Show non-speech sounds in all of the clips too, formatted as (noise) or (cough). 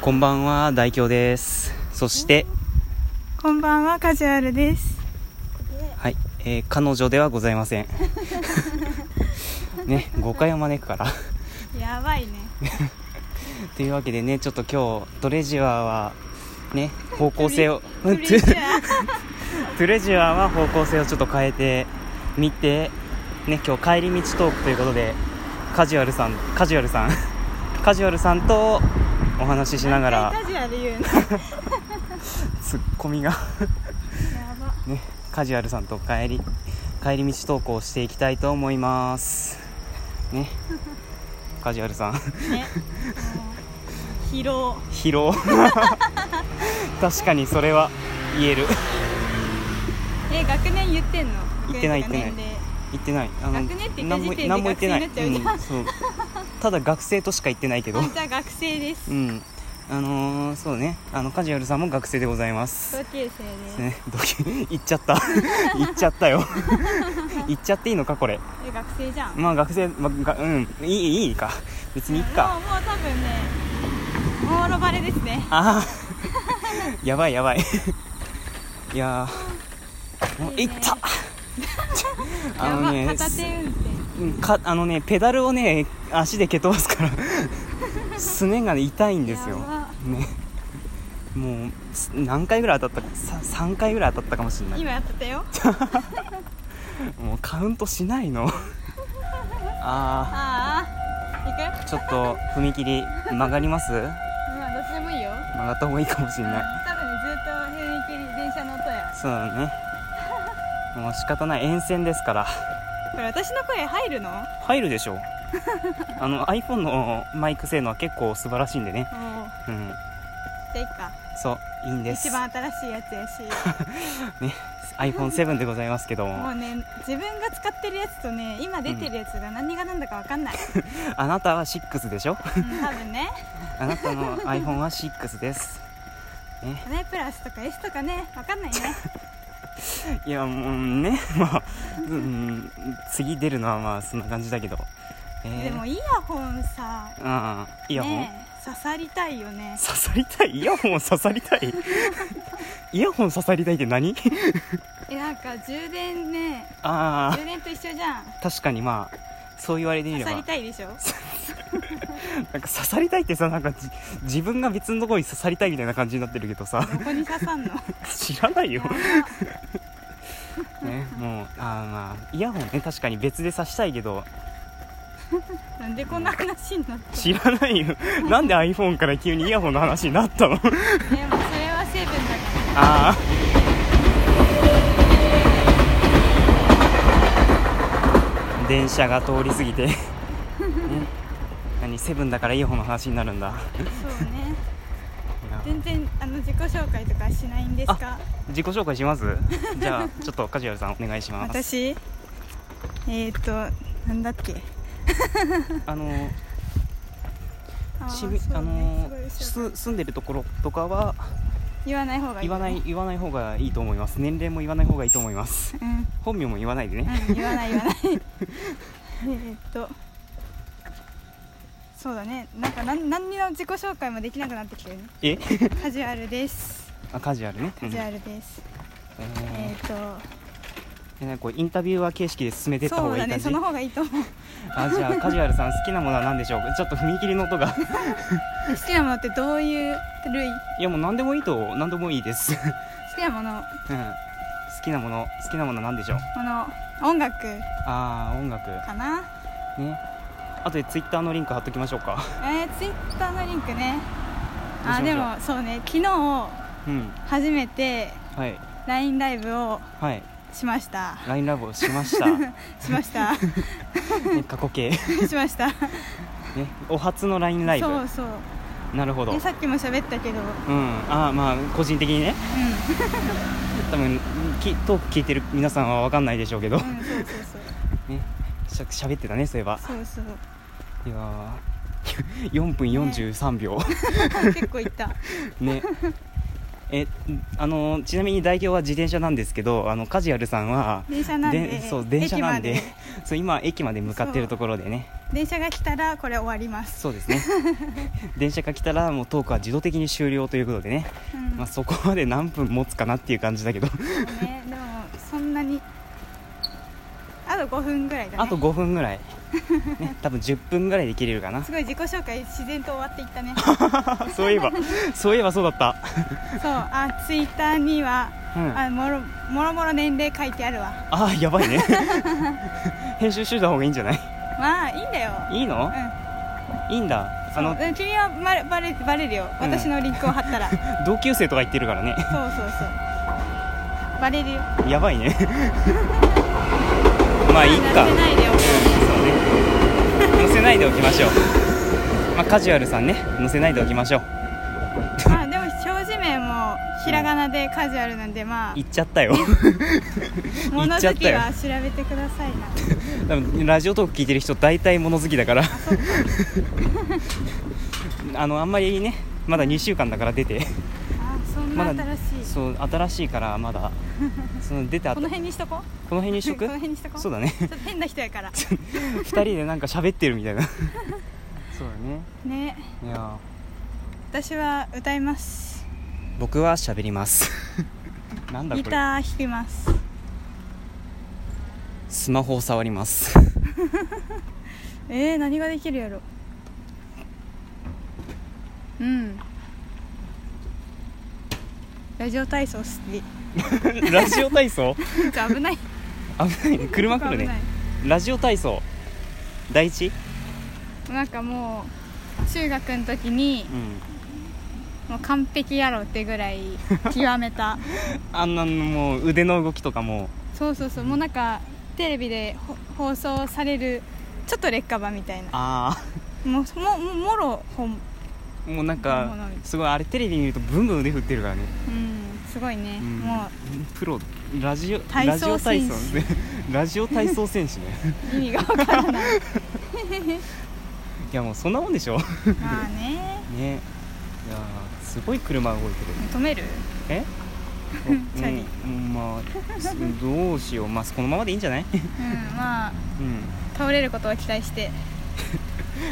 こんばんは、大京です。そして、こんばんは、カジュアルです。はい、えー彼女ではございません。 (laughs) ね、誤解を招くから。 (laughs) やばいね。というわけでね、ちょっと今日、トレジュアは、ね、方向性を、プうんリトキュゥ (laughs) アトレジュアは方向性をちょっと変えてみて、ね、今日帰り道トークということで、カジュアルさん、カジュアルさん、カジュアルさんとお話ししながら、 (laughs) カジュアル言うの。ツッコミが。やば。ね、カジュアルさんと帰り帰り道投稿していきたいと思いますねカジュアルさん (laughs) ね。もう疲労。疲労 (laughs) 確かにそれは言えるえ、学年言ってんの言ってない学年とか言言ってないあ学年って言った何も時点で何も言ってない学生になっうん、そうただ学生としか言ってないけど年齢あ、じゃあ学生ですう。んあのー、そうねあのカジュアルさんも学生でございます同級です生です。ねどけ言っちゃった (laughs) 言っちゃったよ (laughs) 言っちゃっていいのかこれえ、学生じゃん。まあ学生、まあ、がうんいいいいか別にいいか、もう、もう多分ね、もうロバレですね。ああやばいやばいいやーもういいいっねたあやのば、ね片手運転。すうんかあのねペダルをね足で蹴飛ばすからすねが、ね、痛いんですよ、やばね、もうす何回ぐらい当たったかさ3回ぐらい当たったかもしれない今やってたよ。もうカウントしない (laughs) のあああ。行くあちょっと踏切曲がりますまあ、どっちでもいいよ。曲がった方がいいかもしれない多分ね、ずっと平気に電車の音や。そうだねもう仕方ない沿線ですからこれ私の声入るの入るでし (laughs) ょあの iPhone のマイク性能は結構素晴らしいんでねおお。うんじゃあいっか。そういいんです一番新しいやつ (laughs) やしね iPhone7 でございますけ (laughs) どももうね自分が使ってるやつとね今出てるやつが何が何だか分かんない、あなたは6でしょ (laughs) うん、多分ねあなたの iPhone は6です (laughs) ねねプラスとか S とかね分かんないねいやもうね (laughs) まあ、うん、次出るのはまあそんな感じだけどえーでもイヤホンさああイヤホン、ねえ刺さりたいよね刺さりたいイヤホン刺さりたい (laughs) イヤホン刺さりたいって何 (laughs) えなんか充電ねあ充電と一緒じゃんあ確かにまあそう言われてみ刺れさばりたいでしなょんか刺さりたいってさなんかじ自分が別のとこに刺さりたいみたいな感じになってるけどさどこに刺さ (laughs) んの知らないよや、ばね、もうあーまあイヤホンね確かに別で刺したいけどなんでこんな話になったの知らないよなんで iPhone から急にイヤホンの話になったのでもうそれは成分だかああ電車が通り過ぎてね何セブンだからイヤホンの話になるんだらそうねいや全然あの自己紹介とかしないんですか自己紹介しますじゃあちょっとカジュアルさんお願いします私えっ、となんだっけあのあーしみそうねあのすごいー後ろす住んでるところとかは言わない方がいい言よわね、ない言わない方がいいと思います年齢も言わない方がいいと思い (laughs) ますうん、本名も言わないでねうん、言わない言 (laughs) わないえーっとそうだねなんかなん何にも自己紹介もできなくなってきてるねえカジュアルですあカジュアルね、うカんジュアルです、ええーーっえなんかこうインタビューは形式で進めてとった方そうがいいだ感ねじ、その方がいいと思うあじゃあカジュアルさん好きなものは何でしょうちょっと踏切の音 (laughs) が好きなものってどういう類好いやもう何でもいいと何でもいいです、きなものうん、好きなもの好きなものは何でしょうこの音楽ああ音楽かなねあとでツイッターのリンク貼っときましょうかえー、ツイッターのリンクねどうしましょあうでもそうね昨日うん初めてはい LINE ライブをはいしました LINE ラブをしま (laughs) した、ね、しました (laughs) 過去形しましたね、お初の LINE ライそうブそうなるほどうでんさっきも喋ったけど、うん、ああまあ個人的にね多分きトーク聞いてる皆さんは分かんないでしょうけど、うん、そうねしゃ喋ってたねそういえばそうそうそういやー (laughs) 4分43秒そう結構 (laughs) いったねえあのちなみに代表は自転車なんですけどあのカジュアルさんは電車なんで (laughs) そう電車なんで駅そう今駅まで向かってるところでね電車が来たらこれ終わります、そうです (laughs) ね電車が来たらもうトークは自動的に終了ということでね、うんまあ、そこまで何分持つかなっていう感じだけどそうねでもそんなにあと5分ぐらいだねあと5分ぐらい、ね、多分10分ぐらいで切れるかなすごい自己紹介自然と終わっていっ (laughs) たねそういえばそういえばそうだった、そうあツイッターには、うん、ああもろもろもろ年齢書いてあるわあやばいね編集しといた方がいいんじゃないまあいいんだよいいのういいんだあんのうん君はバレバレバレるようん私のリンクを貼ったら、そう同級生とか言ってるからねそうそうバレるよやばい (laughs) ねまあいいか出せないでおこそうね載せないでおきましょうまあカジュアルさんね載せないでおきましょううまあでも表示名もひらがなでカジュアルなんでまあ言っちゃったよ言物っちゃ好ったきよは調べてくださ (laughs) いな多分ラジオトーク聞いてる人大体物好きだからあのあんまりねまだ2週間だから出てあそんなま新だしい、そう新しいからまだその出てあことの辺にしとこうこの辺にしとこくの辺にしとこうそうだねちょっと変な人 (laughs) やから2人でなんか喋ってるみたいなそうだねねいや私は歌いますー僕は喋りますなんだこギれター弾きますスマホを触ります (laughs) えー、何ができるやろうんラジオ体操好きラジオ体操なんか危ない危ないね (laughs) 車来る危ないねラジオ体操第一なんかもう中学の時にうんもう完璧やろってぐらい (laughs) 極めたあんなのもう腕の動きとかもそうそうそうもうなんかテレビでほ放送されるちょっと劣化版みたいなああもうもももろ本もうなん本か物みたいすごいあれテレビ見るとブンブン腕振ってるからね、うんすごいね、うんもプロラジオ体操選手ラジオ体操ね (laughs) ラジオ体操選手ねう意味がわからない (laughs) いやもうそんなもんでしょねまあねいやーすごい車動いてる止める (laughs) えチャリうんうんまあすどうしようまあこのままでいいんじゃ (laughs) ないうんまあうん倒れることを期待して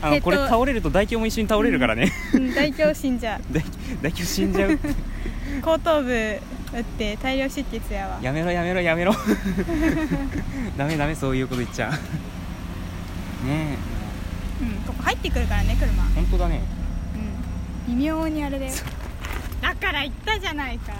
あえのっとこれ倒れると大胸も一緒に倒れるから (laughs) ね、うん大胸 (laughs) 信者大大胸死んじゃう後頭部打って大量出血やわやめろやめろやめろ (laughs) ダメダメそういうこと言っちゃうねえうんここ入ってくるからね車本当だねうん微妙にあれだよだから言ったじゃないか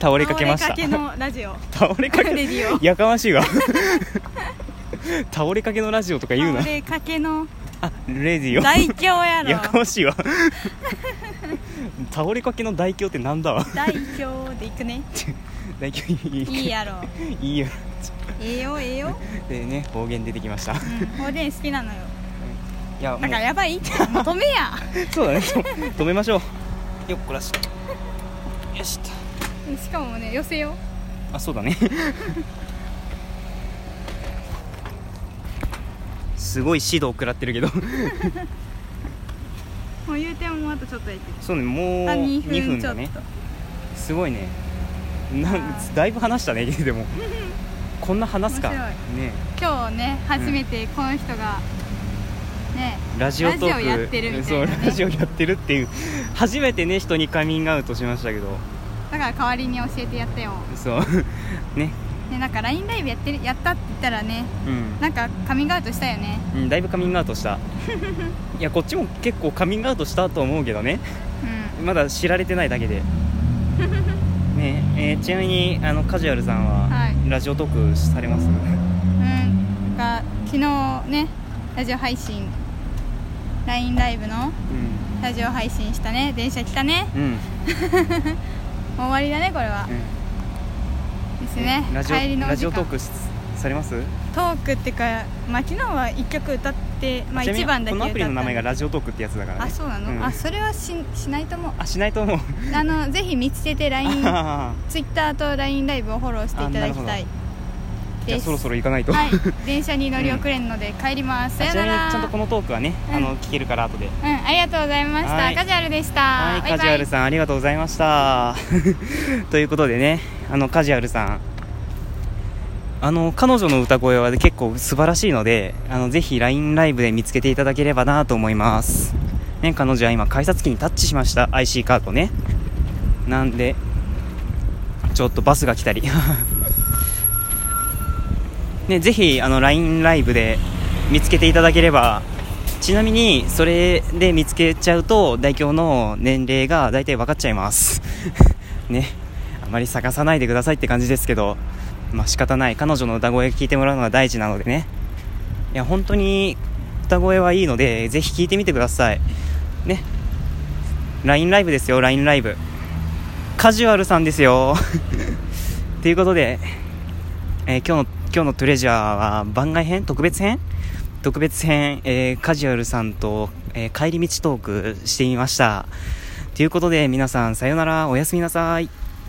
倒れかけました倒れかけのラジオ倒れかけレディオやかましいわ倒れかけのラジオとか言うな倒れか (laughs) けのあレディオ大胸ややかろましいわ倒れかけの大凶ってなんだわ大胸で (laughs) 行くね大凶いいいいやろいいよええよえ (laughs) えよ、でね方言出てきましたいうん、ほうれん好きなのよやもうだからや (laughs) ばいって止めやそうだねそう止めましょうよっこらしょよしとしかもね寄せよあそうだねすごい指導食らってるけどもう言うてももうあとちょっとやってそうねもうあ2 2分分ちょだっねとすごいねなんあーだいぶ話したね (laughs) でもこんな話すか面白ね今日ね初めてこの人が、ねラジオトークラジオやってるみたいなねそうラジオやってるっていう初めてね人にカミングアウトしましたけどだから代わりに教えてやったよ、そうねね、なんか LINE ライブやってるやったって言ったらねうんなんかカミングアウトしたよねうん、だいぶカミングアウトしたいやこっちも結構カミングアウトしたと思うけどねうまだ知られてないだけでねえーちなみにあのカジュアルさんは、はいラジオトークされますんうんが昨日ねラジオ配信 LINE ライブのうラジオ配信したね電車来たねん、うんもう終わりだねこれはですねラジオ帰りのお時間ラジオトークしされますトークってかまあ昨日は1曲歌ってまあちなみに1番だけこのア歌っプリたの名前がんでラジオトークってやつだから、ね、あそうなの、んあそれはししないと思うあしないと思うあのぜひ見つけて (laughs) LINE あツイッターと LINE ライブをフォローしていただきたいーじゃであすそろそろ行かないと、はあい電車に乗り遅れんので帰ります、さちよななみらにちゃんとこのトークはね、あの聞けるから後でうんありがとうございました、はいカジュアルでしたはい、バイバカイジュアルさんありがとうござい (laughs) ました。ということでね、あのカジュアルさん、あの彼女の歌声は結構素晴らしいのであのぜひ LINE ライブで見つけていただければなと思います、ね、彼女は今改札機にタッチしました IC カードねなんでちょっとバスが来たり (laughs) ねぜひあの LINE ライブで見つけていただければちなみにそれで見つけちゃうと代表の年齢が大体分かっちゃいます (laughs) ねあまり探さないでくださいって感じですけどまあ仕方ない彼女の歌声聞いてもらうのが大事なのでねいや本当に歌声はいいのでぜひ聴いてみてくださいね LINE ライブですよ LINE ライブカジュアルさんですよ (laughs) ということで、えー今日の今日のトレジャーは番外編特別編特別編、えーカジュアルさんと、えー帰り道トークしてみましたということで皆さんさようならおやすみなさい